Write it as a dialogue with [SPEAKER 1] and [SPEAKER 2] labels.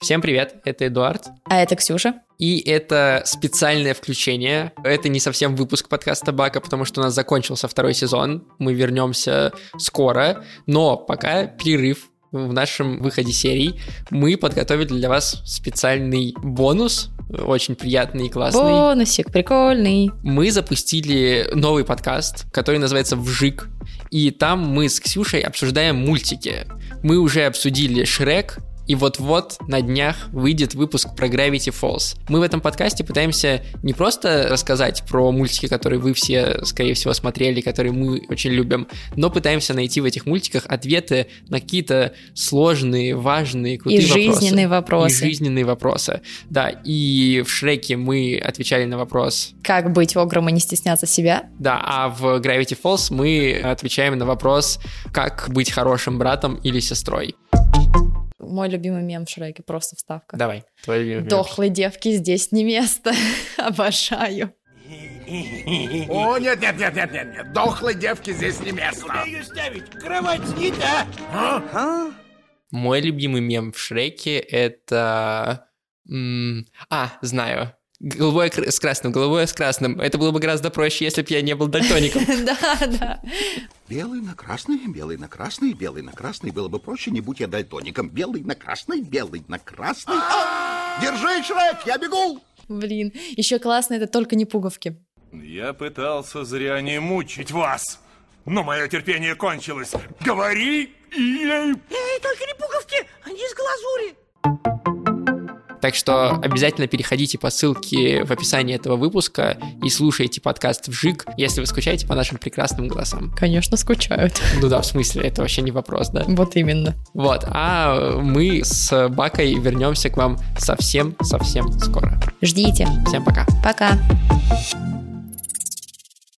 [SPEAKER 1] Всем привет, это Эдуард.
[SPEAKER 2] А это Ксюша.
[SPEAKER 1] И это специальное включение. Это не совсем выпуск подкаста Бака, потому что у нас закончился второй сезон. Мы вернемся скоро, но пока перерыв в нашем выходе серий. Мы подготовили для вас специальный бонус, очень приятный и классный.
[SPEAKER 2] Бонусик, прикольный.
[SPEAKER 1] Мы запустили новый подкаст, который называется «Вжик». И там мы с Ксюшей обсуждаем мультики. Мы уже обсудили «Шрек», и вот-вот на днях выйдет выпуск про Gravity Falls. Мы в этом подкасте пытаемся не просто рассказать про мультики, которые вы все, скорее всего, смотрели, которые мы очень любим, но пытаемся найти в этих мультиках ответы на какие-то сложные, важные, крутые
[SPEAKER 2] И жизненные вопросы.
[SPEAKER 1] И жизненные вопросы. Да, и в Шреке мы отвечали на вопрос,
[SPEAKER 2] Как быть огром и не стесняться себя?
[SPEAKER 1] да, а в Gravity Falls мы отвечаем на вопрос, как быть хорошим братом или сестрой.
[SPEAKER 2] Мой любимый мем в Шреке, просто вставка.
[SPEAKER 1] Давай, твой любимый.
[SPEAKER 2] Дохлой девки здесь не место. Обожаю.
[SPEAKER 3] О, нет, нет, нет, нет, нет, нет. Дохлой девки здесь не место.
[SPEAKER 4] ее ставить? Кровать снята!
[SPEAKER 1] Мой любимый мем в Шреке это... м, А, знаю. Голубое кр- с красным, голубое с красным. Это было бы гораздо проще, если бы я не был дальтоником.
[SPEAKER 2] Да, да.
[SPEAKER 3] Белый на красный, белый на красный, белый на красный. Было бы проще, не будь я дальтоником. Белый на красный, белый на красный. А! Держи, Шрек, я бегу!
[SPEAKER 2] Блин, еще классно, это только не пуговки.
[SPEAKER 5] Я пытался зря не мучить вас, но мое терпение кончилось. Говори или...
[SPEAKER 4] Эй, только не пуговки, они из глазури!
[SPEAKER 1] Так что обязательно переходите по ссылке в описании этого выпуска и слушайте подкаст «Вжик», если вы скучаете по нашим прекрасным голосам.
[SPEAKER 2] Конечно, скучают.
[SPEAKER 1] Ну да, в смысле, это вообще не вопрос, да?
[SPEAKER 2] Вот именно.
[SPEAKER 1] Вот, а мы с Бакой вернемся к вам совсем-совсем скоро.
[SPEAKER 2] Ждите.
[SPEAKER 1] Всем пока.
[SPEAKER 2] Пока.